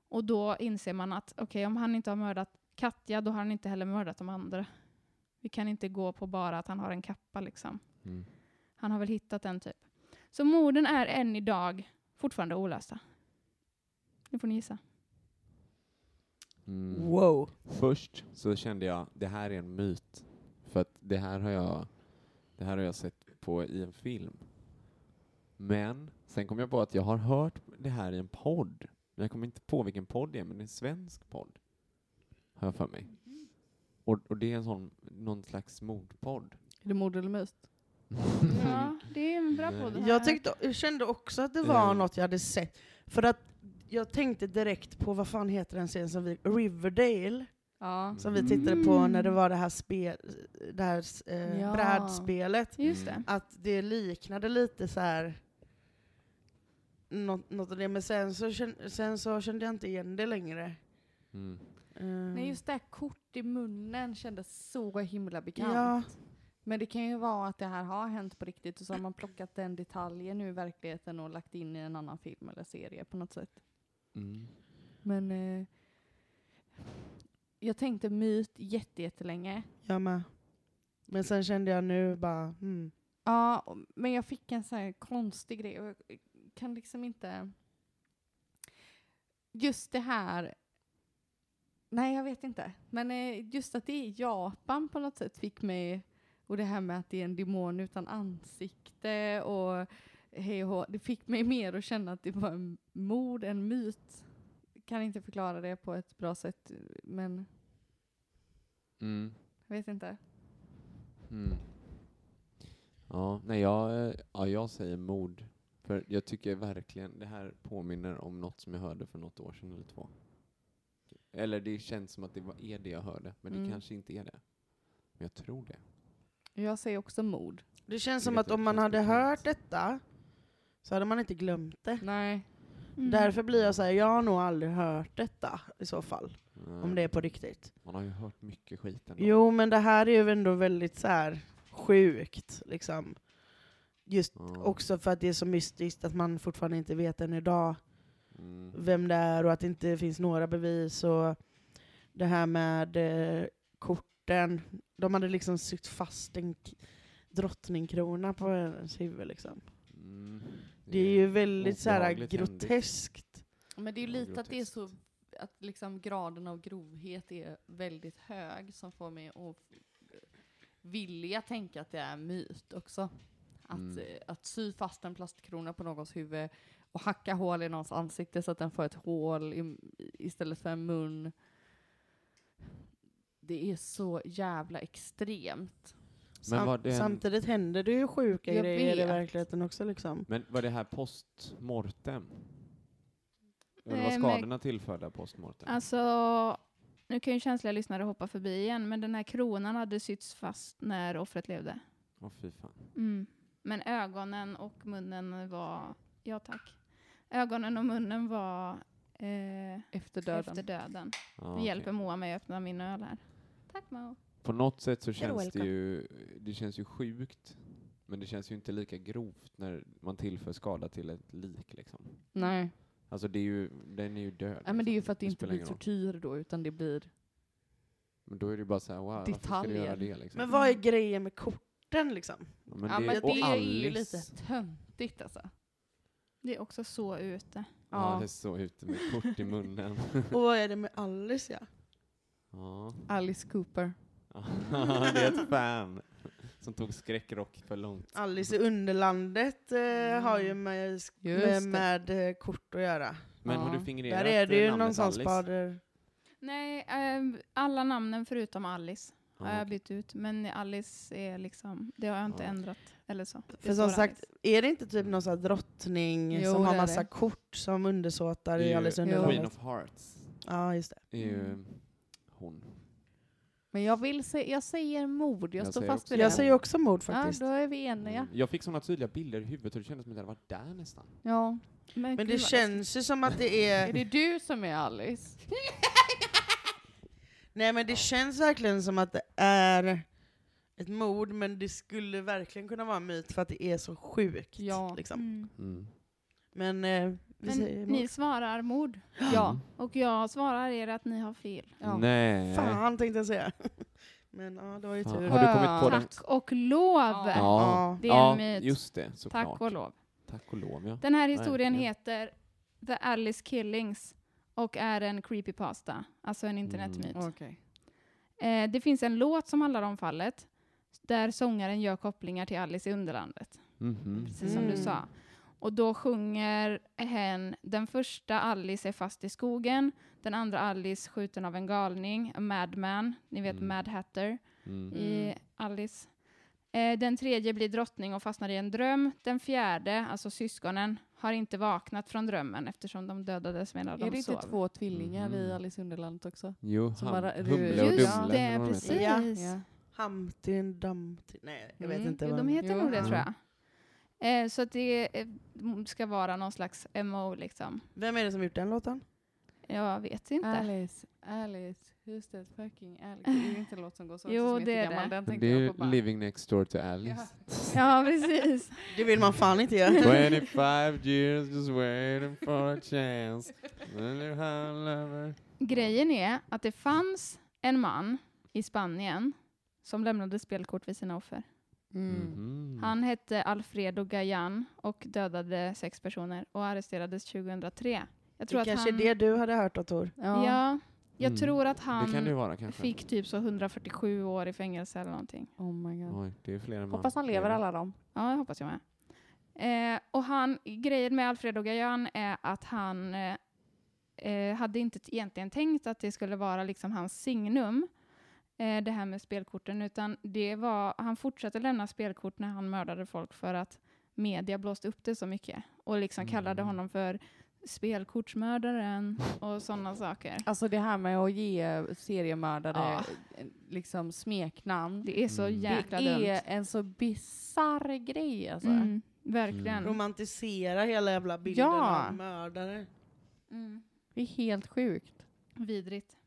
S1: Och då inser man att okej, om han inte har mördat Katja, då har han inte heller mördat de andra. Vi kan inte gå på bara att han har en kappa liksom.
S3: Mm.
S1: Han har väl hittat den typ. Så morden är än idag fortfarande olösta. Nu får ni gissa.
S3: Mm.
S4: Wow.
S3: Först så kände jag, det här är en myt. För att det här har jag, det här har jag sett på i en film. Men sen kom jag på att jag har hört det här i en podd. Men jag kommer inte på vilken podd det är, men det är en svensk podd. Har jag för mig.
S1: Mm.
S3: Och, och det är en sån, någon slags mordpodd.
S2: Är det mord eller must?
S3: *laughs*
S1: Ja, det är en bra
S3: Nej.
S1: podd. det här.
S4: Jag, tyckte, jag kände också att det var
S3: Eh.
S4: något jag hade sett. För att jag tänkte direkt på, vad fan heter den serien som vi... Riverdale,
S2: Ja.
S4: som vi tittade på
S1: Mm.
S4: när det var det här, spel, det här eh,
S2: Ja.
S4: brädspelet.
S1: Just det.
S4: Att det liknade lite så här... Något, något av det, men sen så, kände, sen så kände jag inte igen det längre.
S3: Mm.
S4: Ehm,
S2: Nej, just det här kort i munnen kändes så himla bekant.
S4: Ja.
S2: Men det kan ju vara att det här har hänt på riktigt och så har man plockat den detaljen ur verkligheten och lagt in i en annan film eller serie på något sätt.
S3: Mm.
S2: Men eh, jag tänkte myt jätte- jättelänge.
S4: Jag med. Men sen kände jag nu bara, hmm.
S2: Ja, och- men jag fick en sån här konstig grej och jag kan liksom inte... Just det här... Nej, jag vet inte. Men eh, just att det är Japan på något sätt fick mig... Och det här med att det är en demon utan ansikte och hej och hå, Det fick mig mer att känna att det var en mord, en myt. Kan inte förklara det på ett bra sätt, eh, men
S3: Mm.
S2: jag vet inte.
S3: Mm. Ja, nej, jag, eh, ja, jag säger mord. För jag tycker verkligen det här påminner om något som jag hörde för något år sedan eller två. Eller det känns som att det var, är det jag hörde, men det
S2: Mm.
S3: kanske inte är det. Men jag tror det.
S2: Jag säger också mord.
S4: Det känns som
S3: vet
S4: att
S3: jag,
S4: om
S3: det
S4: man
S3: känns
S4: hade
S3: bekant.
S4: hört detta så hade man inte glömt det.
S2: Nej.
S1: Mm.
S4: Därför blir jag så här, jag har nog aldrig hört detta i så fall. Om det är på riktigt.
S3: Man har ju hört mycket skit ändå.
S4: Jo, men det här är ju ändå väldigt så här sjukt. Liksom. Just
S3: Ja.
S4: också för att det är så mystiskt att man fortfarande inte vet än idag
S3: Mm.
S4: vem det är och att det inte finns några bevis. Och det här med eh, korten. De hade liksom sytt fast en k- drottningkrona på hennes huvud. Liksom.
S3: Mm.
S4: Det är ju väldigt så här,
S3: obehagligt händigt.
S4: groteskt.
S2: Men det är ju
S3: Ja,
S2: lite att det är så,
S3: groteskt.
S2: att liksom graden av grovhet är väldigt hög som får mig att vilja tänka att det är myt också. Att,
S3: Mm.
S2: eh, att sy fast en plastkrona på någons huvud och hacka hål i någons ansikte så att den får ett hål i, istället för en mun. Det är så jävla extremt.
S3: Men var
S4: Sam-
S3: det en-
S4: Samtidigt händer det ju sjuka
S2: Jag
S4: grejer i
S2: vet.
S4: verkligheten också. Liksom.
S3: Men var det här postmortem? Eller var
S1: Nej, men-
S3: skadorna tillförda postmortem?
S1: Alltså, nu kan ju känsliga lyssnare hoppa förbi igen, men den här kronan hade sytts fast när offret levde.
S3: Åh fy fan.
S1: Mm. Men ögonen och munnen var... Ja, tack. Ögonen och munnen var eh,
S2: Efter döden.
S1: efter döden.
S3: Ja,
S1: Nu
S3: okej.
S1: hjälper Moa mig att öppna min öl här. Tack Moa.
S3: På något sätt så
S4: You're
S3: känns det
S4: welcome.
S3: ju, det känns ju sjukt, men det känns ju inte lika grovt när man tillför skada till ett lik liksom.
S2: Nej.
S3: Alltså det är ju, den är ju död.
S2: Nej, men det är ju
S3: liksom.
S2: för att det inte
S3: spelar
S2: blir
S3: ingen roll.
S2: tortyr då, utan det blir...
S3: Men då är det ju bara såhär, wow, varför ska du göra
S2: Detaljer.
S3: det liksom?
S4: Men vad är grejen med korten? Liksom?
S3: ja, men
S2: ja, men
S3: och
S2: det är ju
S3: Alice-
S2: lite töntigt alltså.
S1: Det är också så ute.
S3: Ja,
S2: Ja.
S3: det är så ute med kort i
S2: *laughs*
S3: munnen.
S4: Och vad är det med Alice? Ja?
S3: ja.
S2: Alice Cooper.
S3: *laughs* det är ett fan som tog skräckrock för långt.
S4: Alice i Underlandet eh,
S2: Mm.
S4: har ju med, sk-
S2: Just
S4: med,
S2: det.
S4: med eh, kort att göra.
S3: Men har
S2: Ja.
S3: du fingrerat
S4: Där är det ju
S3: namnet
S4: någon sån
S3: Alice?
S4: spader.
S1: Nej, eh, alla namnen förutom Alice
S3: Ja,
S1: har jag
S2: Äh,
S3: okej.
S1: bytt ut. Men Alice är liksom, det har jag inte
S3: Ja.
S1: ändrat. Eller så. Det
S4: För
S1: står
S4: som sagt,
S1: Alice.
S4: är det inte
S3: Mm.
S4: typ någon sån här drottning
S2: Jo,
S4: som har
S2: det är
S4: massa
S2: det.
S4: kort som undersåtar
S3: Det är
S4: i
S3: ju
S4: Alice i
S3: Queen
S4: Underlandet?
S3: of Hearts.
S4: Ja, just det.
S3: Det är ju
S1: Mm.
S3: hon.
S2: Men jag, vill se, jag säger mord, jag,
S3: Jag
S2: står
S3: säger
S2: fast
S3: också
S2: vid
S3: det.
S2: det.
S4: Jag säger också mord
S2: ja,
S4: faktiskt.
S2: då är vi eniga.
S3: Mm. Jag fick såna tydliga bilder i huvudet och det kändes som att jag varit där nästan.
S2: Ja.
S4: Men
S2: gud
S4: det
S2: vad
S4: känns ju som att det
S2: *laughs* läskigt. Är
S4: är...
S2: det du som är Alice?
S4: Nej men det känns verkligen som att det är ett mord, men det skulle verkligen kunna vara en myt för att det är så sjukt.
S2: Ja.
S4: Liksom.
S1: Mm.
S4: Men eh, vi säger
S1: Men ni
S4: mord.
S1: svarar mord.
S2: Ja.
S1: Och jag svarar er att ni har fel.
S2: ja.
S3: Mm. Nej.
S4: Fan tänkte jag säga. *laughs* Men ja, det var ju
S3: Eh. Fan.
S4: tur.
S3: Har du kommit på den?
S1: Tack och lov!
S2: Ja.
S3: Ja,
S1: Det är
S3: ja
S1: en myt.
S3: just det. Såklart.
S1: Tack och lov.
S3: Tack och lov, ja.
S1: Den här historien
S3: Verkligen.
S1: heter The Alice Killings och är en creepypasta, alltså en internetmyt.
S2: Okej.
S1: Eh, det finns en låt som handlar om fallet där sångaren gör kopplingar till Alice i Underlandet,
S3: Mhm.
S1: precis som du
S4: Mm.
S1: sa. Och då sjunger hen den första Alice är fast i skogen, den andra Alice skjuten av en galning, a madman, ni vet
S3: Mm.
S1: Mad Hatter
S3: Mm.
S1: i
S2: Mm.
S1: Alice. Eh, den tredje blir drottning och fastnar i en dröm. Den fjärde, alltså syskonen, har inte vaknat från drömmen eftersom de dödades medan
S2: *laughs* Är
S1: de
S2: det
S1: sov.
S2: inte två tvillingar i
S3: Mhm.
S2: Alice i Underlandet också?
S3: Jo,
S2: Som
S3: han,
S2: bara-
S3: Humle och
S2: Just
S3: Dumle.
S2: det,
S3: eller vad de
S1: precis.
S3: heter.
S4: Ja.
S2: Ja.
S4: Hamtin, Damtin... Nej, jag vet
S2: Mm,
S4: inte.
S1: Jo,
S4: vad-
S1: de heter
S2: Jo.
S1: nog det
S3: Mm.
S1: tror jag. Eh, så att det eh, m- ska vara någon slags MO liksom.
S4: Vem är det som gjort den låten?
S1: Jag vet inte.
S2: Alice, Alice, who's that fucking Alice? Det är ju inte en låt som går så.
S1: Jo,
S2: som är
S1: det är
S2: jättegammal.
S1: det.
S2: Den
S3: Men det
S2: tänkte
S3: är
S2: jag
S3: ju
S2: på bara.
S3: Living Next Door to Alice.
S1: *laughs* Ja, precis.
S4: Det vill man fan
S3: *laughs*
S4: inte göra.
S3: 25 years just waiting for a chance. Will you have lover?
S1: Grejen är att det fanns en man i Spanien som lämnade spelkort vid sina offer.
S2: Mm.
S3: Mhm.
S1: Han hette Alfredo Gayan och dödade sex personer och arresterades 2003. Jag tror
S4: Det
S1: att
S4: kanske är
S1: han,
S4: det du hade hört då Tor.
S1: Ja, jag
S3: Mm.
S1: tror att
S3: Det kan det ju
S1: han
S3: vara kanske.
S1: fick typ så 147 år i fängelse eller någonting.
S2: Oh my god.
S3: Oj, det är fler än man
S2: Hoppas han lever alla dem.
S1: Ja, det hoppas jag med. Eh, och han, grejen med Alfredo Gayan är att han eh, eh, hade inte t- egentligen tänkt att det skulle vara liksom hans signum, eh, det här med spelkorten, utan det var, han fortsatte lämna spelkort när han mördade folk för att media blåste upp det så mycket och liksom kallade
S3: Mm.
S1: honom för spelkortsmördaren och sådana saker.
S2: Alltså det här med att ge seriemördare
S1: Ja.
S2: eh, liksom smeknamn.
S1: Det är så
S3: Mm. Det
S1: jäkla
S2: det är
S1: dumt.
S2: en så bisarr grej alltså.
S1: Mm, verkligen.
S3: Mm.
S4: Romantisera hela jävla bilden
S2: Ja.
S4: av mördare.
S1: Mm.
S2: Det är helt sjukt.
S1: Vidrigt.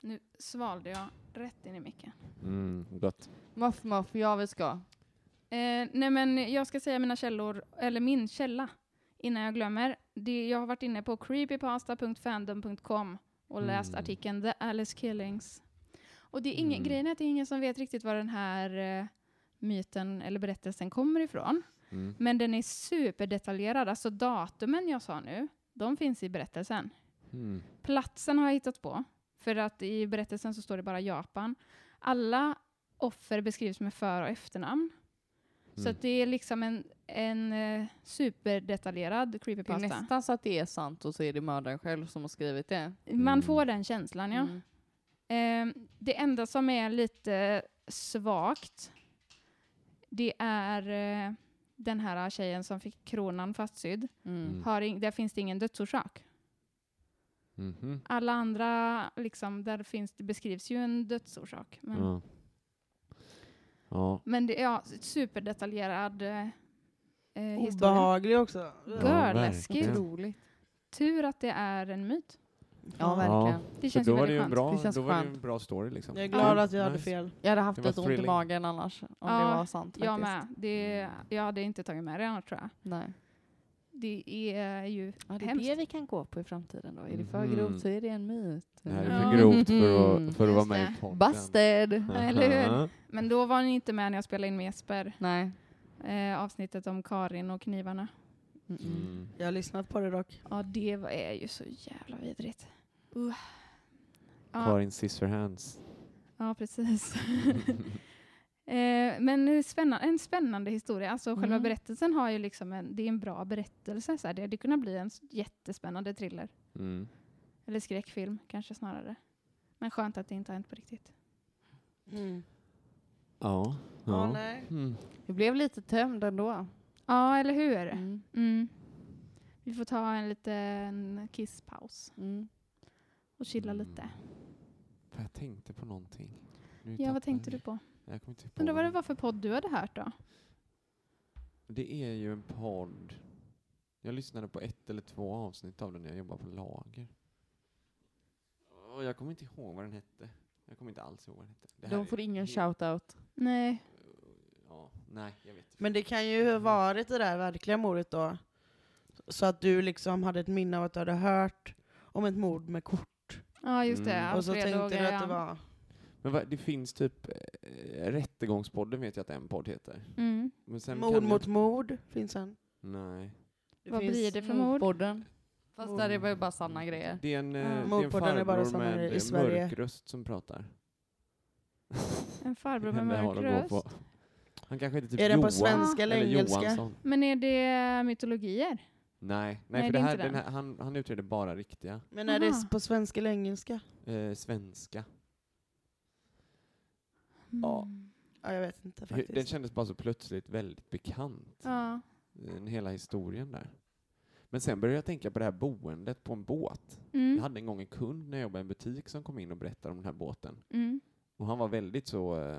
S1: Nu svalde jag rätt in i micken.
S3: Mm, gott.
S2: Muff muff, jag vill ska.
S1: Eh, nej men jag ska säga mina källor, eller min källa, innan jag glömmer. Det, jag har varit inne på creepypasta.fandom.com och läst
S3: Mm.
S1: artikeln The Alice Killings. Och det är ingen,
S3: Mm.
S1: grejen är att det är ingen som vet riktigt var den här eh, myten eller berättelsen kommer ifrån.
S3: Mm.
S1: Men den är superdetaljerad, alltså datumen jag sa nu, de finns i berättelsen.
S3: Mm.
S1: Platsen har jag hittat på, för att i berättelsen så står det bara Japan. Alla offer beskrivs med för och efternamn. Så
S3: Mm.
S1: att det är liksom en, en eh, superdetaljerad
S2: Det är
S1: creepypasta.
S2: nästan så att det är sant och så är det mördaren själv som har skrivit det.
S1: Man
S3: Mm.
S1: får den känslan, ja.
S2: Mm.
S1: Eh, det enda som är lite svagt, det är eh, den här tjejen som fick kronan fastsydd.
S2: Mm.
S1: Har in, där finns det ingen dödsorsak.
S3: Mhm.
S1: Alla andra, liksom, där finns, det beskrivs ju en dödsorsak. Men,
S3: Ja. Ja.
S1: men det är ja, superdetaljerad eh, eh, historia.
S4: Obehaglig också.
S3: Ja,
S1: Görläskigt.
S3: verkligen.
S2: Otroligt.
S1: Tur att det är en myt.
S2: Ja, verkligen.
S1: Det
S3: Så
S1: känns
S3: då
S1: ju
S3: var det ju
S1: väldigt
S3: en
S1: skönt.
S3: bra,
S2: Det känns
S3: då var det ju
S2: skönt.
S3: en bra story liksom.
S4: Jag är glad
S3: Ja.
S4: att jag hade
S3: Nice.
S4: fel.
S2: Jag hade haft
S3: Det var
S2: ett ont i
S3: thrilling.
S2: magen annars, om
S1: Ja,
S2: det var sant faktiskt.
S1: Jag med. Det, jag hade inte tagit med det annars tror jag.
S2: Nej.
S1: Det är ju
S2: Ja, det är
S1: hemskt.
S2: det vi kan gå på i framtiden då. Är det för
S3: Mhm.
S2: grovt så är det en myt.
S3: Det här är
S1: Ja.
S3: för grovt för
S2: Mhm.
S3: att, för att vara
S1: Just
S3: med
S1: det.
S3: i podden.
S2: Busted!
S1: Eller
S3: hur?
S1: Men då var ni inte med när jag spelade in med Jesper.
S2: Nej.
S1: Eh, avsnittet om Karin och knivarna.
S2: Mm.
S4: Jag har lyssnat på det dock.
S1: Ja, det var, är ju så jävla vidrigt. Uh. Ja,
S3: Karin Scissorhands.
S1: ja, precis. *laughs* Eh, men spännande, en spännande historia. Alltså själva
S2: Mm.
S1: berättelsen har ju liksom en, det är en bra berättelse. Så här. Det hade kunnat bli en s- jättespännande thriller.
S3: Mm.
S1: Eller skräckfilm kanske snarare. Men skönt att det inte har hänt på riktigt.
S4: Mm.
S3: Ja.
S4: Ja,
S3: ja.
S4: nej.
S3: Mm.
S2: Jag blev lite tömd ändå.
S1: Ja, eller hur?
S2: Mm.
S1: Mm. Vi får ta en liten kisspaus
S2: Mm.
S1: och chilla
S3: Mm.
S1: lite.
S3: För jag tänkte på någonting. Nu
S1: Ja,
S3: tappade
S1: vad tänkte du
S3: jag
S1: på?
S3: det. Jag kommer inte på
S1: Undrar vad det
S3: det.
S1: var för podd du hade hört då?
S3: Det är ju en podd. Jag lyssnade på ett eller två avsnitt av den när jag jobbade på lager. Och jag kommer inte ihåg vad den hette. Jag kommer inte alls ihåg vad den hette. Det här är
S2: De får ingen
S3: helt-
S2: shout-out.
S1: Nej.
S3: Ja, nej, jag vet inte.
S4: Men det kan ju ha varit det där verkliga mordet då. Så att du liksom hade ett minne av att du hade hört om ett mord med kort.
S1: Ja, just det.
S3: Mm.
S4: Och så
S1: Alfredo
S4: tänkte du att det
S1: Gajan.
S4: var...
S3: Men vad, det finns typ eh, Rättegångspodden vet jag att en podd heter.
S1: Mm.
S3: Men sen
S4: Mord
S3: kan jag-
S4: mot mord finns en.
S3: Nej.
S4: Det
S1: Vad
S4: finns-
S1: blir det för mord?
S2: Mordpodden. Fast där är
S3: Mm.
S2: väl bara sanna grejer.
S3: Det är en, eh,
S1: Ja.
S3: det är en
S4: Mordpodden är bara
S3: farbror
S4: sådana
S3: med
S4: i
S3: eh,
S4: Sverige.
S3: mörk röst som pratar.
S1: En farbror med
S3: *laughs* Det har
S1: mörk
S3: de att gå
S1: röst.
S3: på. Han kanske heter typ
S4: Är den på
S3: Johan
S4: svenska eller engelska?
S3: Johansson.
S1: Men är det mytologier?
S3: Nej, nej,
S1: Nej,
S3: för
S1: det
S3: det
S1: är
S3: här,
S1: inte
S3: den
S1: den.
S3: här, han, han utreder bara riktiga
S4: Men är det
S1: Aha.
S4: på svenska eller engelska?
S3: eh, svenska.
S4: Ja.
S1: Mm.
S4: Ja, jag vet inte
S3: Hur- Den
S4: faktiskt.
S3: kändes bara så plötsligt väldigt bekant,
S1: Ja.
S3: den hela historien där. Men sen började jag tänka på det här boendet på en båt. Jag
S1: Mm.
S3: hade en gång en kund när jag jobbade i en butik som kom in och berättade om den här båten.
S1: Mm.
S3: Och han var väldigt så eh,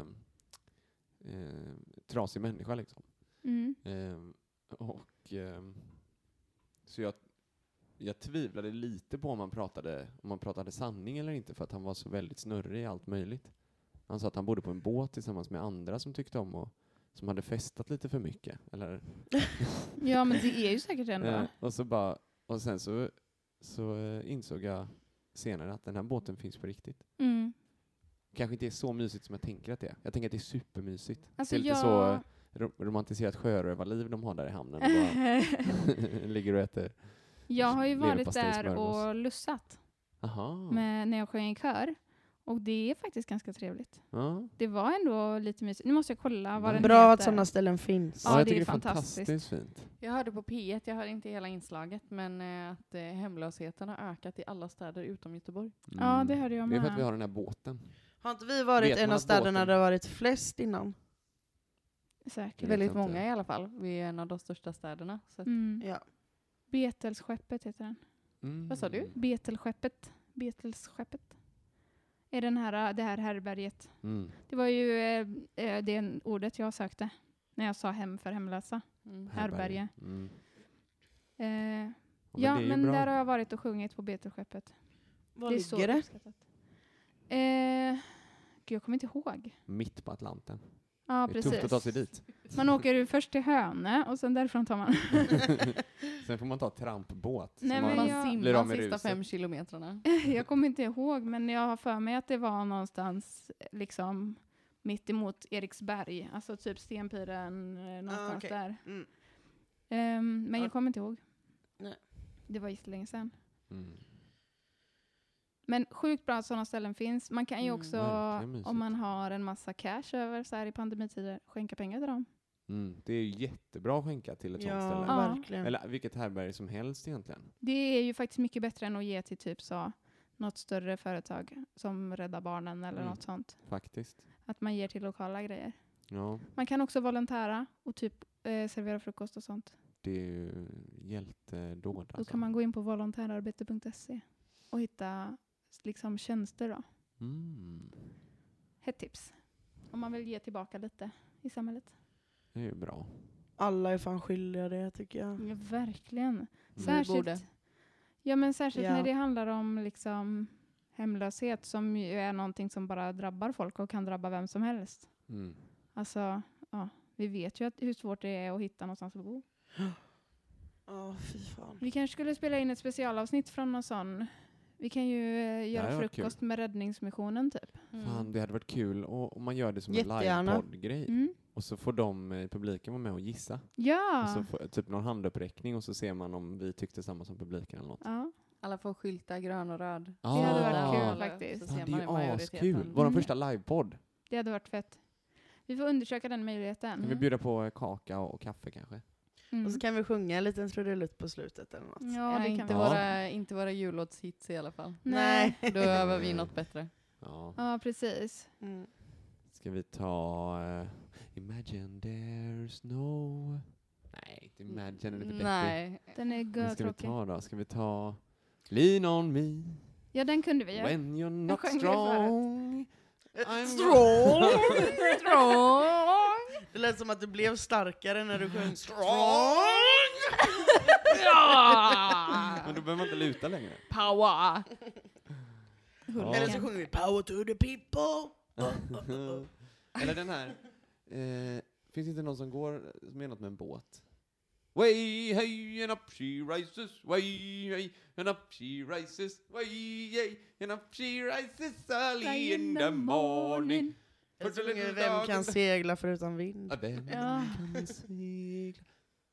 S3: eh, trasig människa liksom.
S1: Mm.
S3: Ehm, och, ehm, så jag jag tvivlade lite på om han, pratade, om han pratade sanning eller inte för att han var så väldigt snurrig i allt möjligt. Han sa att han bodde på en båt tillsammans med andra som tyckte om och som hade festat lite för mycket. Eller,
S1: *laughs* Ja, men det är ju säkert en
S3: eh,
S1: va?
S3: och, så bara, och sen så, så eh, insåg jag senare att den här båten finns på riktigt.
S1: Mm.
S3: Kanske inte är så mysigt som jag tänker att det är. Jag tänker att det är supermysigt.
S1: Alltså
S3: det är lite
S1: jag...
S3: så eh, ro- romantiserat sjörövarliv de har där i hamnen. Och bara *laughs* ligger och äter.
S1: *laughs* jag har ju varit
S3: leverpastej,
S1: där
S3: smörgås.
S1: och lussat
S3: Aha.
S1: med, när jag sjöng i kör. Och det är faktiskt ganska trevligt.
S3: Ja.
S1: Det var ändå lite mysigt. Nu måste jag
S3: Mm.
S1: kolla vad den heter.
S4: Bra att sådana ställen finns.
S1: Ja,
S3: Ja, jag
S1: det
S3: tycker
S1: är
S3: det är
S1: fantastiskt.
S3: fantastiskt, fint.
S2: Jag hörde på P1, jag hörde inte hela inslaget, men eh, att eh, hemlösheten har ökat i alla städer utom Göteborg.
S1: Ja, det hörde jag
S3: Mm. Det
S1: med.
S3: är för att vi har den här båten.
S4: Har inte vi varit
S3: Vet
S4: en
S3: man
S4: av
S3: att båten-
S4: städerna där det har varit flest innan?
S3: Jag
S1: Säkert.
S3: vet
S2: Väldigt
S3: inte.
S2: många i alla fall. Vi är en av de största städerna. Så att,
S1: Mm.
S4: Ja.
S1: Betelsskeppet heter den.
S3: Mm.
S2: Vad sa du?
S1: Betelskeppet. Betelsskeppet. Är den här, det här herberget.
S3: Mm.
S1: Det var ju eh, eh, det ordet jag sökte när jag sa hem för hemlösa.
S2: mm.
S1: Herberge.
S3: Mm.
S1: Eh, ja,
S3: men det är ju
S1: men
S3: bra.
S1: där har jag varit och sjungit på Betelskeppet.
S4: Var
S1: är så
S4: ligger det?
S1: uppskattat. Eh, gud, jag kommer inte ihåg.
S3: Mitt på Atlanten.
S1: Ja,
S3: det är
S1: precis.
S3: tufft att ta sig dit.
S1: Man åker ju först till Hönö och sen därifrån tar man...
S3: *laughs*
S1: *laughs*
S3: Sen får man ta trampbåt.
S1: Nej,
S3: som
S1: men
S2: Man
S3: man
S1: jag-
S3: blir
S2: simmar
S3: av med
S2: sista
S3: ruset.
S2: fem kilometrarna.
S1: jag kommer inte ihåg, men jag har för mig att det var någonstans eh, liksom mitt emot Eriksberg, alltså typ Stenpiren, eh, någonstans
S4: okej.
S1: där.
S4: Mm.
S1: Ehm, men
S4: Ja.
S1: jag kommer inte ihåg.
S4: Nej.
S1: Det var jättelänge sedan.
S3: Mm.
S1: Men sjukt bra att sådana ställen finns. Man kan ju
S2: Mm.
S1: också,
S3: Verkligen mysigt.
S1: om man har en massa cash över så här i pandemitider, skänka pengar till dem.
S3: Mm. Det är ju jättebra att skänka till ett sånt
S4: Ja,
S3: ställe.
S1: Ja.
S4: verkligen.
S3: Eller vilket härbärge som helst egentligen.
S1: Det är ju faktiskt mycket bättre än att ge till typ så något större företag som Rädda Barnen eller
S3: Mm.
S1: något sånt.
S3: Faktiskt.
S1: Att man ger till lokala grejer.
S3: Ja,
S1: Man kan också volontära och typ eh, servera frukost och sånt.
S3: det är ju hjältedåd.
S1: Då
S3: alltså.
S1: kan man gå in på volontärarbete.se och hitta s- liksom tjänster då.
S3: Mm.
S1: Hett tips. Om man vill ge tillbaka lite i samhället.
S3: Det är ju bra.
S4: Alla är fan skyldiga det tycker jag.
S1: Ja, verkligen.
S3: Mm. Vi
S2: borde.
S1: Särskilt, ja, men särskilt
S4: Ja.
S1: när det handlar om liksom hemlöshet som ju är någonting som bara drabbar folk och kan drabba vem som helst.
S3: Mm.
S1: Alltså, ja, vi vet ju att, hur svårt det är att hitta någonstans att bo.
S4: Ja, fy fan.
S1: Vi kanske skulle spela in ett specialavsnitt från någon sån. Vi kan ju eh,
S3: hade
S1: göra
S3: varit kul.
S1: frukost med Räddningsmissionen typ.
S3: Fan, det hade varit kul och, om man gör det som en
S4: Jättegärna.
S3: livepodd-grej.
S1: Mm.
S3: Och så får de i publiken vara med och gissa.
S1: Ja!
S3: Och så får, typ någon handuppräckning och så ser man om vi tyckte samma som publiken eller något.
S1: ja.
S2: Alla får skylta grön och röd.
S3: Det
S1: hade varit
S2: Alla-
S1: kul
S2: alla-
S1: faktiskt.
S2: så
S3: Fan,
S2: ser
S3: Ah. det
S2: man hur
S3: är ju
S2: majoriteten-
S3: askul. Vår
S1: Mm.
S3: första livepodd.
S1: Det hade varit fett. Vi får undersöka den möjligheten.
S3: Kan vi bjuda på eh, kaka och, och kaffe kanske?
S1: Mm.
S4: Och så kan vi sjunga en liten trudelutt på slutet eller något.
S1: Ja,
S2: Ja,
S1: det kan
S2: inte,
S1: vi.
S3: vara-
S2: våra, inte våra jullåtshits i alla fall.
S1: Nej.
S2: Då övar vi något bättre.
S3: Ja.
S1: Ja, precis.
S4: *laughs* Mm.
S3: Ska vi ta eh, Imagine there's no... Nej, inte Imagine eller för deppig.
S2: Nej. *laughs*
S1: Den är
S3: Vad ska vi
S1: görtråkig.
S3: ta då? Ska vi ta Lean on me
S1: Ja, den kunde vi göra.
S3: when you're not
S1: sjöng vi
S3: strong? I'm-
S1: *laughs*
S4: Det lät som att du blev starkare när du
S1: *laughs*
S4: sjöng strong. *laughs*
S3: Men då behöver man inte luta längre.
S2: Power!
S3: Ja.
S4: Eller så sjunger vi power to the people.
S3: Eller den här. Eh, finns det inte någon som går, som är något med en båt? Way hey and up she rises, way hey and up she rises, way hey and up she rises early in the morning.
S4: Eller så sjunger vi Vem kan segla förutan vind?
S3: Ja, Vem
S1: Ja.
S3: kan segla?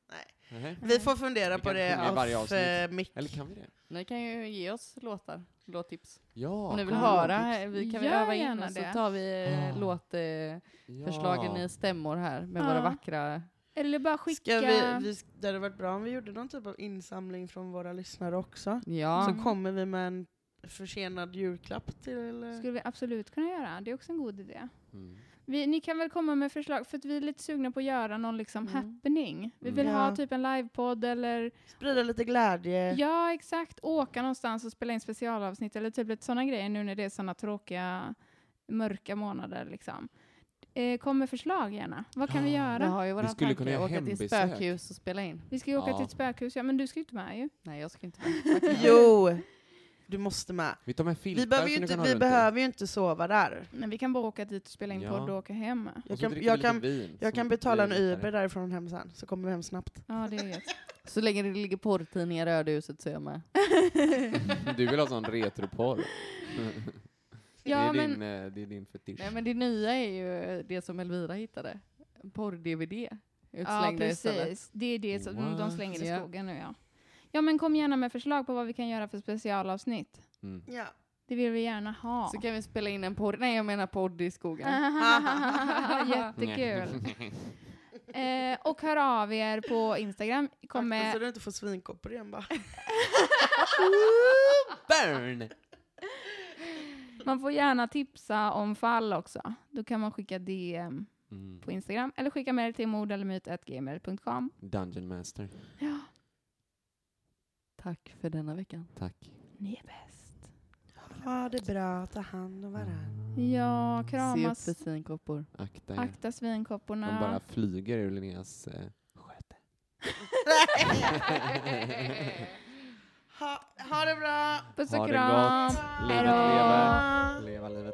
S4: Nej.
S3: Nähä.
S4: Vi får fundera
S3: Vi
S4: på
S3: kan
S4: det
S3: sjunga i varje
S4: off
S3: avsnitt.
S4: eh, mic.
S3: Eller kan vi det?
S2: Ni kan ju ge oss låtar, låttips.
S3: Ja.
S2: Om ni vill
S3: kom
S2: höra,
S3: ihåg.
S2: eh, vi kan
S1: Gör
S2: öva in
S1: gärna
S2: och så
S1: det.
S2: tar vi eh,
S3: Ah.
S2: låtförslagen
S3: Ja.
S2: i stämmor här med
S1: Ja.
S2: våra vackra...
S1: *laughs* Eller bara skicka...
S4: Ska vi, vi, det hade varit bra om vi gjorde någon typ av insamling från våra lyssnare också.
S2: Ja.
S1: Mm.
S4: Så kommer vi med en försenad julklapp till...
S1: skulle vi absolut kunna göra. Det är också en god idé.
S3: Mm.
S1: Vi, ni kan väl komma med förslag, för att vi är lite sugna på att göra någon liksom
S2: Mm.
S1: happening. Vi vill
S4: Mm.
S1: ha
S4: Ja.
S1: typ en livepodd eller
S4: Sprida lite glädje.
S1: Ja, exakt. Åka någonstans och spela in specialavsnitt eller typ lite sådana grejer nu när det är sådana tråkiga mörka månader liksom. Eh, kom med förslag gärna. Vad kan vi
S3: Ja.
S2: Jag
S1: göra?
S2: har ju våran
S3: skulle
S2: tanke
S3: kunna göra
S2: att åka till
S3: hembesök.
S2: ett spökhus och spela in.
S1: Vi ska ju åka
S3: Ja.
S1: till ett spökhus. Ja, men du ska ju inte med ju.
S2: Nej, jag ska inte *laughs* vara med.
S4: Jo, du måste med.
S3: Vi tar med filtar
S4: Vi behöver,
S3: som
S4: ju
S3: du
S4: inte,
S3: kan ha
S4: vi
S3: runt dig.
S4: behöver ju inte sova där.
S1: Men vi kan bara åka dit och spela in
S3: Ja.
S1: podd och åka hem.
S3: Och
S4: Jag
S3: så
S4: kan,
S3: dricker vi
S4: jag
S3: lite
S4: kan,
S3: vin,
S4: jag
S3: så
S4: kan
S3: blir
S4: betala en
S3: det lättare.
S4: Uber därifrån hem sen, så kommer vi hem snabbt.
S1: Ja, det är gött.
S2: Så länge det ligger porrtidningar i Rödhuset så är jag med.
S3: Mm. Du vill ha sån retroporr.
S1: *laughs* Ja,
S3: det, är
S1: men-
S3: din, eh, det är din fetisch.
S2: Nej men det nya är ju det som Elvira hittade. En Porr-DVD.
S1: Ja,
S2: Utslängda istället.
S1: precis. Det är det som de
S3: What?
S1: slänger i
S2: Ja.
S1: skogen nu, ja. Ja, men kom gärna med förslag på vad vi kan göra för specialavsnitt.
S3: Mm.
S4: Ja.
S1: Det vill vi gärna ha.
S2: Så kan vi spela in en porr, nej jag menar podd i skogen.
S1: *laughs* Jättekul.
S3: Mm.
S1: *laughs* Eh, och hör av er på Instagram. Kom
S4: Akta
S1: *laughs*
S4: så
S1: med...
S4: du inte får svinkoppor igen bara.
S3: Burn!
S1: Man får gärna tipsa om fall också. Då kan man skicka DM
S3: Mm.
S1: på Instagram eller skicka mejl till mordelmyt.gmail.com.
S3: Dungeon Master.
S2: Tack för denna veckan.
S3: Tack.
S1: Ni är bäst.
S4: Ha det bra, ta hand om varandra.
S1: Ja,
S2: Se upp för
S1: kramas.
S2: svinkoppor.
S3: Akta er.
S1: Akta svinkopporna.
S3: De bara flyger ur Linneas eh, sköte.
S4: Ha, ha det bra!
S1: Puss och
S3: Ha det
S1: kram.
S3: gott.
S1: Hej då.
S3: Livet lever. Leva livet.